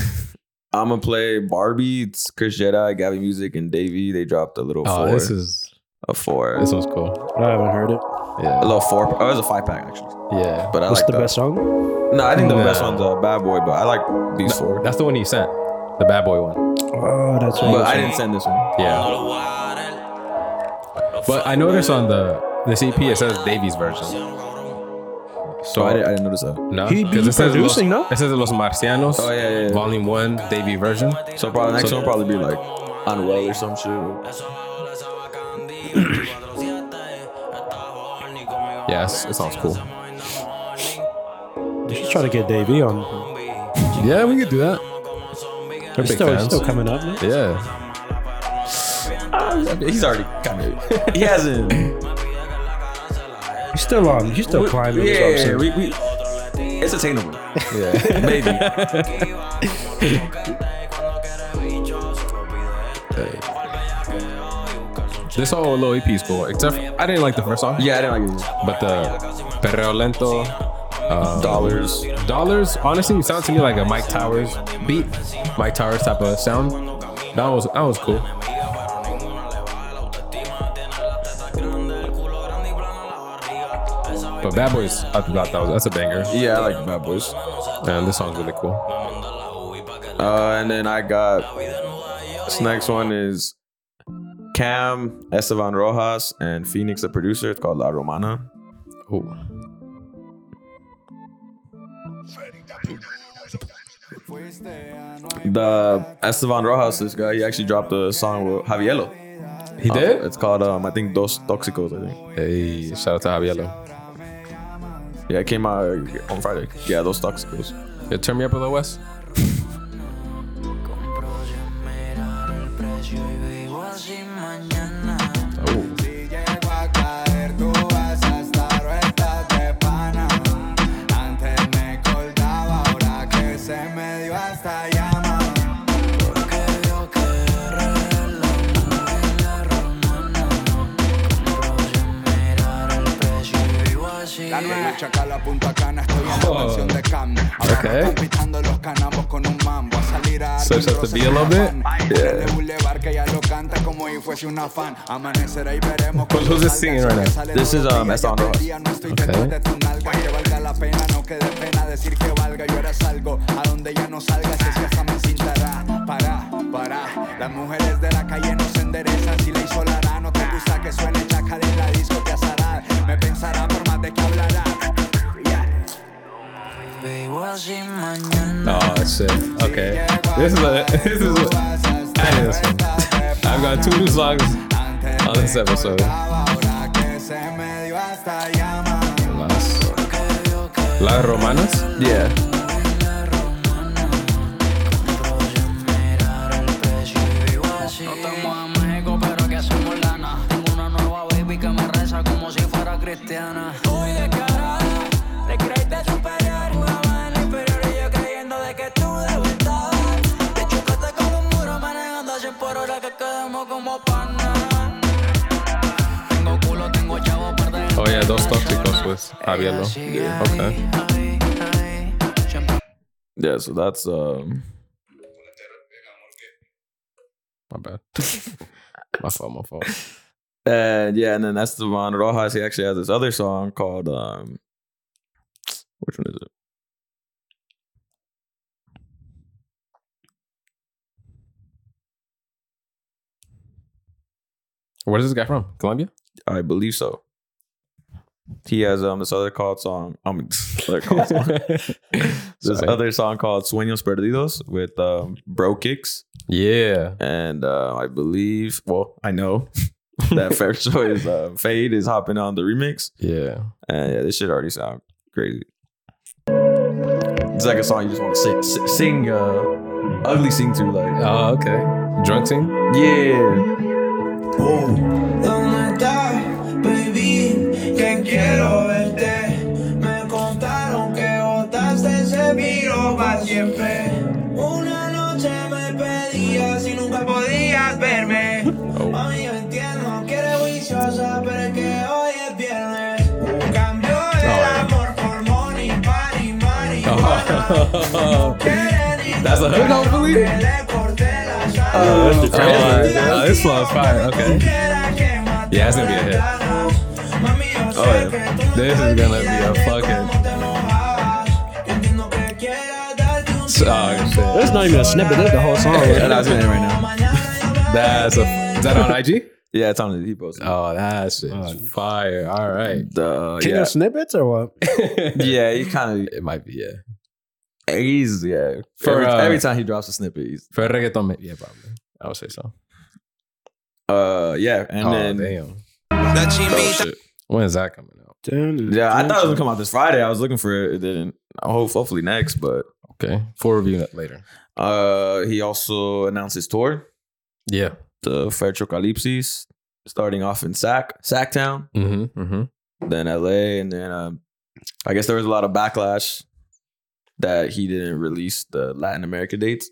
I'm gonna play Barbie. It's Chris Jedi, Gabby Music, and Davey. They dropped a little
Oh,
four.
this is
a four.
this one's cool.
I haven't heard it.
a
Yeah.
little four. Oh, it's a five pack actually.
Yeah.
But I
What's
like
the
the-
best song?
No, I think the
Nah.
best one's uh, Bad Boy, but I like these four.
That's the one he sent. The bad boy one.
Oh, that's
But
right.
I didn't send this one.
Yeah. But I noticed on the this EP it says Davies version.
So
So
I didn't, I didn't notice that.
no,
He-
'cause
he's
it says
producing,
Los,
no?
It says Los Marcianos,
Oh, yeah, yeah, yeah.
Volume One, Davy version.
So probably next
So-
one probably be like Unwell or some shit.
Yeah, it's, it sounds cool.
You should try to get Davey on.
Yeah, we could do that. We're
It's
big
still, it's
fans.
still coming up. man.
Yeah,
He's already kind of. He hasn't.
He's still on. He's still climbing. is what I'm
Yeah,
saying.
we, we, it's attainable.
yeah.
Maybe.
this whole little EP is cool. Except for, I didn't like the first song.
Yeah, I didn't like it.
but the Perreo Lento, um,
Dollars.
Dollars honestly sounds to me like a Mike Towers beat, Mike Towers type of sound. That was that was cool. But Bad Boys, I thought that was that's a banger,
Yeah, I like Bad Boys.
and this song's really cool.
Uh, and then I got this next one is Cam Esteban Rojas and Phoenix, the producer. It's called La Romana.
Ooh.
The Esteban Rojas, this guy, he actually dropped a song with Javiello.
He
Uh,
did.
It's called um, I think Dos Toxicos. I think.
Hey, shout out to Javiello.
Yeah, it came out on Friday. Yeah, Dos Toxicos.
Yeah, turn me up a little, Wes. Oh.
Si llego a caer, tú vas a estar o estás de pana. Antes me colgaba, ahora que se me dio hasta llama. Porque veo que eres la mujer, la romana. Compro sin mirar el precio y vivo así.
La nueva Chacala Punta Cana, estoy en la mansión de Cam. Ahora
Okay.
me están pitando los canambos con un mambo. A salir a
So
dar
it's just the beat a little bit?
Yeah. Boulevard que ya lo canta como si fuese una fan. Amanecerá y veremos cuando
Pues who's this uh,
salga
singing
el sol
right
que
now?
sale
This
todos
is,
los
um,
días.
Esther on
Yo
Rojas.
aprendí a no estoy
Okay.
detrás de tu nalga, que valga la pena, no que dé pena decir que valga. Yo ahora salgo a donde ya no salga, si es que hasta me encintará. Para, para, las mujeres de la calle no se enderezan. Si la hizo Lara, no te gusta que suene chacal en la disco, te asará. Me pensará por más de que hablará. Yeah.
Vivo así mañana.
Oh, shit.
Si
Okay.
llego
This is a this is a I hate this one. I've got two new songs on this episode. Las, Las Romanas.
Yeah.
No estamos en México, pero que hacemos lana. Tengo una nueva baby que me reza como si fuera cristiana.
Muy descarada, te creíste superior, jugaba en el inferior y yo creyendo de que tú debutabas. Te chocaste con un muro manejando a 100 por hora que quedamos como panas.
Tengo culo, tengo chavo, perdón.
Oh yeah, those tóxicos with Javier. Lo. Okay.
Ahí, ahí, siempre
Yeah, so that's um
My bad. my fault, my fault.
and yeah, and then that's Devon Rojas. He actually has this other song called um which one is it?
Where's this guy from? Colombia?
I believe so. He has um this other called song. Um, other called song. this
Sorry.
other song called "Sueños Perdidos" with um, Bro Kicks,
Yeah.
and uh, I believe, well, I know that Fair Choice uh, Fade is hopping on the remix,
Yeah.
and yeah, this shit already sound crazy. It's like a song you just want to sing, si- sing uh, ugly sing to, like
Oh, okay. Drunk team?
yeah.
¿Dónde estás, baby? Que quiero verte. Me contaron que botaste ese viro para siempre. Una noche me pedías y nunca podías verme. Mami, yo entiendo que eres viciosa, pero es que hoy es viernes. Cambio el amor por money, party, marihuana. No quiere ni
That's a hood, hopefully?
que le corté las alas.
Oh, this one's fire. Okay.
Yeah, that's gonna be a hit. Oh, yeah. This is gonna be a fucking.
Oh, shit.
That's not even a snippet. That's the whole song.
And I was in it right now.
That's a. Is that on IG?
Yeah, it's on the depot.
Oh, that's fire. All right.
Uh,
Can you
yeah,
have snippets or what?
yeah, he kind of
It might be, yeah.
He's yeah.
For,
every,
uh,
every time he drops a snippet, he's
For reggaeton, yeah, probably. I would say so.
uh yeah. And
oh,
then
damn.
La
oh, shit.
When is that coming out?
yeah, I thought it was gonna come out this Friday. I was looking for it. It didn't. I hope hopefully next. But
Okay. Full review later.
uh, he also announced his tour,
Yeah.
the Fairtrocalipsis, starting off in Sac Sacktown,
Mm-hmm. Mm-hmm.
then L.A., and then um, I guess there was a lot of backlash that he didn't release the Latin America dates.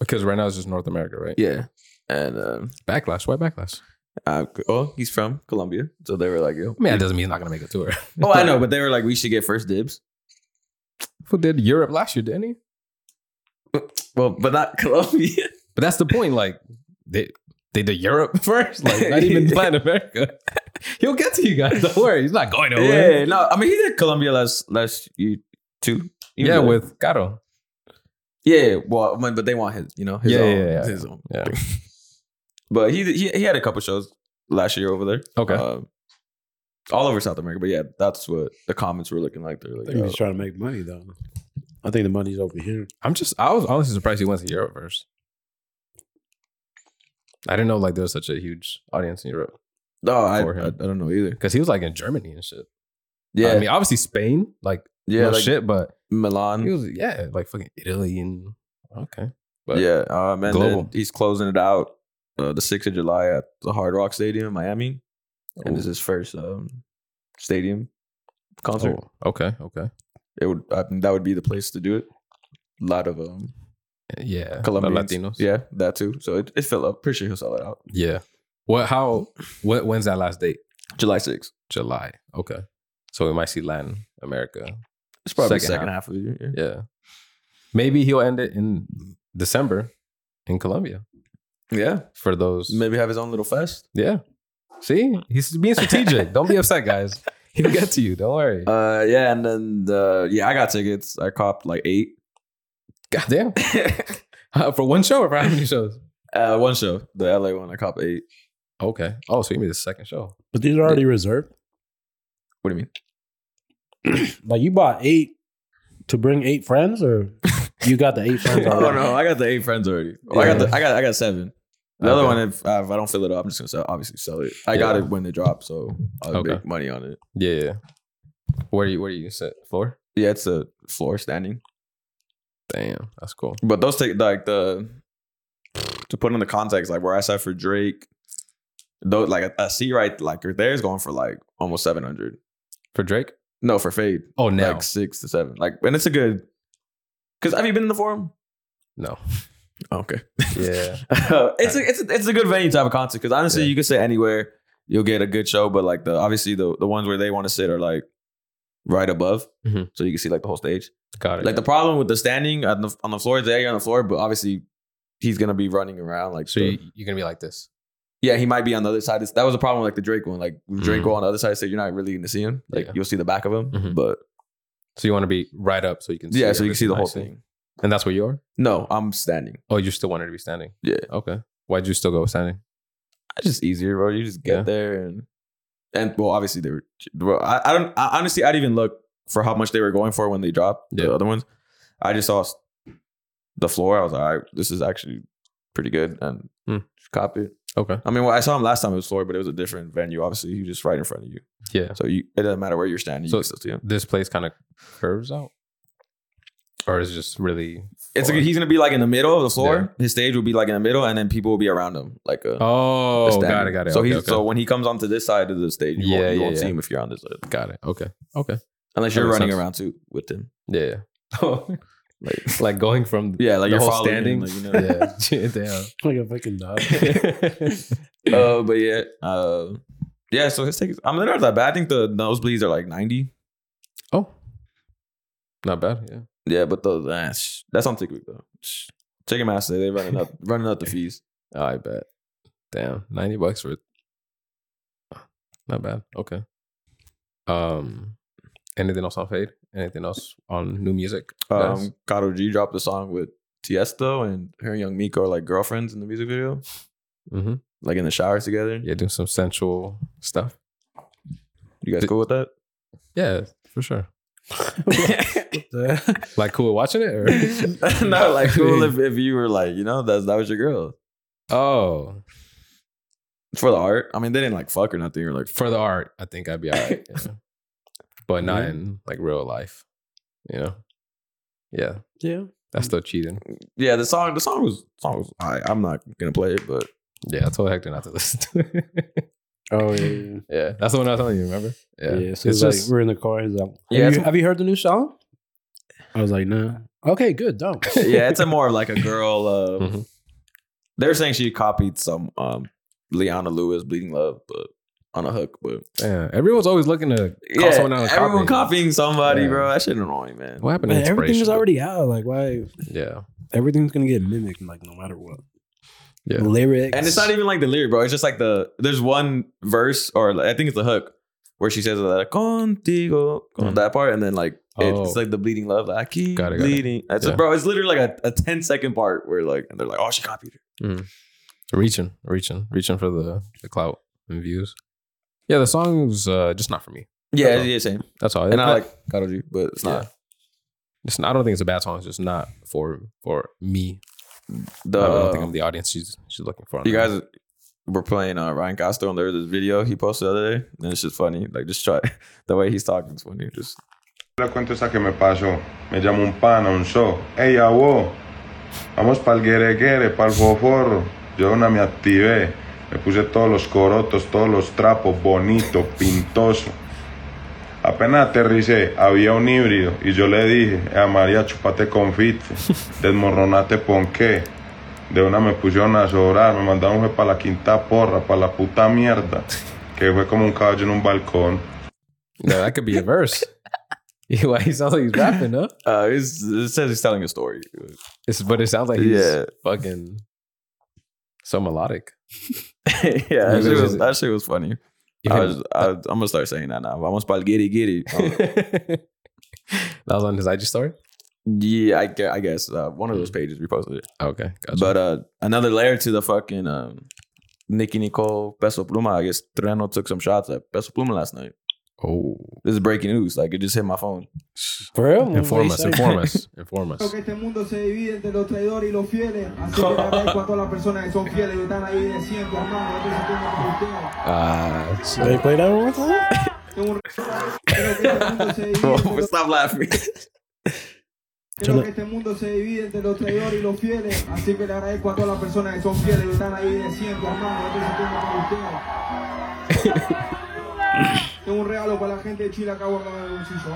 Because right now it's just North America, right?
Yeah, and um,
Backlash. Why backlash?
I, oh, he's from Colombia, so they were like, yo.
I mean, that doesn't mean he's not gonna make a tour.
Oh, I know, but they were like, we should get first dibs.
Who did Europe last year, didn't he?
Well, but not Colombia.
But that's the point. Like they they did Europe first, like not even Latin America. He'll get to you guys. Don't worry, he's not going nowhere.
yeah, no, I mean he did Colombia last last year too. He
Yeah,
was-
with Caro.
yeah, well, I mean, but they want his, you know, his
Yeah,
own,
yeah, yeah.
his own.
Yeah.
But he, he he had a couple shows last year over there.
Okay.
Um, all over South America, but yeah, that's what the comments were looking like. "Oh." They're
I think
like,
he's trying to make money though. I think the money's over here.
I'm just I was honestly surprised he went to Europe first. I didn't know like there was such a huge audience in Europe.
no, I,
For
I,
him.
I don't know either.
Because he was like in Germany and shit.
Yeah,
I mean, obviously Spain, like
yeah,
no
like um,
shit, but he
Milan.
was yeah, like fucking Italy and okay. But
Yeah, um, and
Global.
then he's closing it out uh, the sixth of July at the Hard Rock Stadium in Miami, and this is his first um, stadium concert.
Oh, okay, okay.
it would I think that would be the place to do it. A lot of um
Yeah.
Colombian
Latinos.
Yeah, that too. So it, it filled up. Pretty sure he'll sell it out.
Yeah. What how what when's that last date?
July sixth.
July. Okay. So we might see Latin America.
It's probably
Second
second, second half. of the year. Yeah.
Yeah. Maybe he'll end it in December in Colombia
Yeah.
for those.
Maybe have his own little fest.
Yeah. See, he's being strategic. Don't be upset, guys. He'll get to you. Don't worry.
Uh yeah, and then the yeah, I got tickets. I copped like eight.
God damn. Uh, for one show or for how many shows?
uh one show. The LA one, I copped eight.
Okay. Oh, so you mean the second show?
But these are already reserved.
What do you mean?
Like you bought eight to bring eight friends, or you got the eight friends?
Oh
already?
no, I got the eight friends already. Well, I got the, I got I got seven. The other
Okay.
one, if, uh, if I don't fill it up, I'm just gonna sell, obviously sell it. I got
Yeah.
it when it drops, so I'll
Okay.
make money on it.
Yeah, yeah. Where you where you sit? Floor?
Yeah, it's a floor standing,
Damn, that's cool.
but those take like the to put in the context, like where I sat for Drake, though, like a, a C right like there is going for like almost seven hundred.
For Drake?
No, for Fade,
Oh no.
like six to seven. Like, and it's a good. Cause have you been in the forum? Oh,
no.
Okay.
Yeah.
it's a, it's a, it's a good venue to have a concert because honestly,
Yeah.
you could sit anywhere, you'll get a good show. But like the obviously the the ones where they want to sit are like right above,
Mhm.
so you can see like the whole stage.
Got it.
Like the problem with the standing on the on the floor is that you're on the floor, but obviously he's gonna be running around like
so
the-
you, you're gonna be like this.
yeah, he might be on the other side. That was a problem with like the Drake one. Like when Drake
Mhm.
go on the other side, so you're not really gonna see him. Like
Yeah.
you'll see the back of him,
Mhm.
but
So you want to be right up so you can see
yeah, so you can see the whole
everything
thing.
nicely. And that's where you are?
No, I'm standing.
Oh, you still wanted to be standing.
Yeah.
Okay. Why'd you still go standing?
It's just easier, bro. You just get
Yeah.
there and and well, obviously they were. Bro, I, I don't I, honestly. I'd even look for how much they were going for when they dropped
Yeah.
the other ones. I just saw s- the floor. I was like, all right, this is actually pretty good, and
Hmm.
just copy it.
Okay.
I mean, well, I saw him last time it was floor, but it was a different venue. Obviously, he was just right in front of you,
Yeah.
so you it doesn't matter where you're standing.
So-
you can still see him.
This place kind of curves out, or is it just really?
It's like,
far?
he's gonna be like in the middle of the floor. His stage will be like in the middle, and then people will be around him, like a. a
Oh, got
standing.
it, got it.
So
okay,
he's
okay.
so when he comes onto this side of the stage, you
Yeah,
won't, you
yeah,
won't see
yeah.
him if you're on this side.
got it. Okay, okay.
Unless
That
you're
makes
running
sense.
around too with him.
Yeah. like like going from
Yeah, like
the
you're
whole
following
standing.
him, like, you know.
yeah. Damn.
like a fucking dog.
Uh, but yeah, uh, yeah. So his tickets. I mean, they're not that bad. I think the nosebleeds are like ninety.
oh, not bad. Yeah.
Yeah, but the ah, sh- that's on Ticketmaster though. Sh- Ticketmaster, they're running up, running up the fees.
I bet. Damn, ninety bucks for. Not bad. Okay. Um, anything else on Fade? Anything else on new music? guys?
Um, Kato G dropped a song with Tiesto and her and Young Miko are like girlfriends in the music video,
Mhm.
like in the shower together.
Yeah, doing some sensual stuff.
You guys
Did-
cool with that?
Yeah, for sure.
The-
Like, cool watching it. Or?
not like cool if, if you were like you know that's that was your girl
oh,
for the art. I mean, they didn't like fuck or nothing or like
for the art, I think I'd be alright. yeah. But not
Yeah.
in like real life. You know. Yeah,
yeah.
that's still cheating.
yeah. The song, the song was song was. I, I'm not gonna play it, but
Yeah, I told Hector not to listen to it.
Oh yeah. Yeah.
yeah, that's the one I was telling you. Remember?
yeah.
Yeah,
so
it's
it's like
just-
we're in the car. He's like, have,
Yeah,
you,
it's-
have you heard the new song? I was like, nah. Okay, good. Dumb.
yeah, it's a more of like a girl. Uh,
Mhm.
They were saying she copied some um Leona Lewis "Bleeding Love," but on a hook. But
Yeah, everyone's always looking to call
yeah,
someone out. and copy.
everyone copying somebody,
Yeah.
bro. That shit annoying, man.
What happened? to
Man, everything is
inspiration?
already out. Like, why?
Yeah,
Everything's gonna get mimicked. Like, no matter what.
Yeah.
Lyrics.
And it's not even like the lyric, bro. It's just like the there's one verse or like, I think it's the hook where she says like contigo
Mhm.
that part, and then like
Oh.
it's like the bleeding love, like I keep
Got it, got it.
bleeding. That's
Yeah.
bro. It's literally like a, a 10 second part where like and they're like, oh, she copied her.
reaching, reaching, reaching for the the clout and views. Yeah, the song's uh, just not for me.
Yeah,
Uh-oh.
yeah, same.
That's all.
And I
Not-
like Karol G, but it's not
Yeah. It's not- I don't think it's a bad song. It's just not for for me.
the.
I don't think I'm the audience she's she's looking for. on
you
that.
guys were playing uh, Ryan Castro, and there was this video he posted the other day, and it's just funny. Like just try the way he's talking is funny. Just
La cuento esa que me pasó. Me llamó un pana, un show. Ey, abó, vamos pa'l guereguere, pa'l foforro. Yo de una me activé. Me puse todos los corotos, todos los trapos, bonito, pintoso. Apenas aterricé, había un híbrido y yo le dije, "Eh, a María, chupate confite, desmorronate ponqué. De una me pusieron a sobrar, me mandaron fue para la quinta porra, para la puta mierda, que fue como un caballo en un balcón.
Yeah, that could be a verse. Why he sounds like he's rapping, huh?
uh, it's, it says he's telling a story.
It's, but it sounds like he's
Yeah.
fucking so melodic.
yeah,
Maybe
that shit,
it's
was,
just-
that shit was funny. I was, I, I'm gonna start saying that now. Vamos pal giri giri. Um,
that was on his IG story.
yeah, I, gue- I guess uh, one of those pages reposted it.
Okay, gotcha.
But uh, another layer to the fucking um, Nicki Nicole Peso Pluma. I guess Treno took some shots at Peso Pluma last night.
Oh.
This is breaking news. Like it just hit my phone.
For real?
Inform us, inform us, inform
Creo
us.
que este mundo se divide entre los traidores y los fieles. Así que le agradezco a todas las personas que son fieles y están ahí de siempre, hermano. Yo estoy sintiendo por ustedes.
Ah,
Did they play that one more time?
Tengo un Creo que este mundo se divide entre
Stop laughing.
los- Creo que este mundo se divide entre los traidores y los fieles. Así que le agradezco a todas las personas que son fieles y están ahí de siempre, hermano. Yo estoy sintiendo por ustedes. Tengo un regalo para la gente de Chile acá guardado en el bolsillo. ¿eh?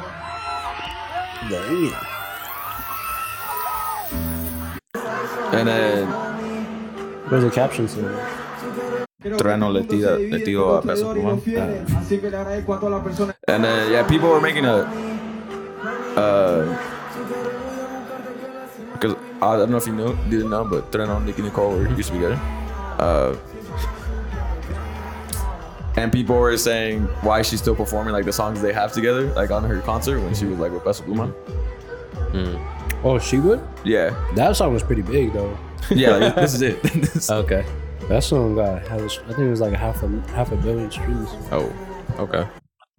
And then
Where's the caption saying?
Creo que
Trueno
este
le
mundo
tira-
se
le
divide
tiró
entre los
a Peso
traidores y
Pluma.
los fieles. Así que le agradezco a todas las personas.
and then yeah, people were making a uh because I don't know if you know didn't know, but Treno, Nicky Nicole were used to be together. Uh and people were saying why she's still performing like the songs they have together, like on her concert when she was like with Peso Pluma.
Oh, she would?
Yeah.
That song was pretty big though.
Yeah, like, this is it. This-
Okay.
That song got hella- I think it was like a half a half a billion streams.
Oh, okay.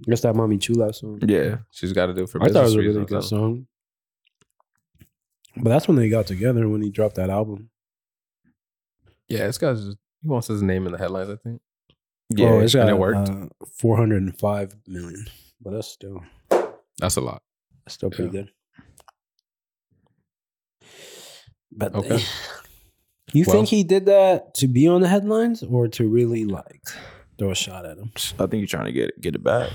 That's that mommy chula song.
yeah.
She's got to do it for
I
business
thought it was a really
reasons.
good
though.
song. But that's when they got together when he dropped that album.
Yeah, this guy's just, he wants his name in the headlines. I think.
Yeah.
oh, it's got
and it worked.
Uh, 405 million. But that's still
That's a lot.
that's still pretty good. But
Okay.
they- you
Well-
think he did that to be on the headlines or to really like throw a shot at him?
I think you're trying to get get it back.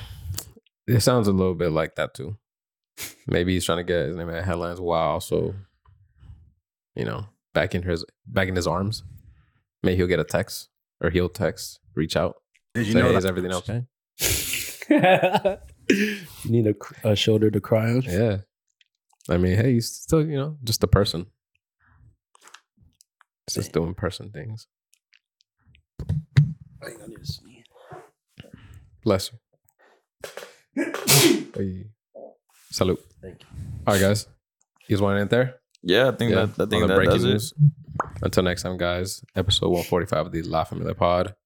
It sounds a little bit like that too. Maybe he's trying to get his name in the headlines while also, you know, back in his back in his arms. Maybe he'll get a text or he'll text, reach out.
Did
say, "Hey, is everything okay?
you need a, cr- a shoulder to cry on.
Yeah. I mean, hey, he's still, you know, just a person. He's Just doing person things. Bless you. Hey. Salute.
Thank
you. All right, guys. You guys want to end there?
Yeah, I think that I
on
think
the
that
breaking
does it.
news. Until next time, guys. Episode 145 of the La Familia Pod.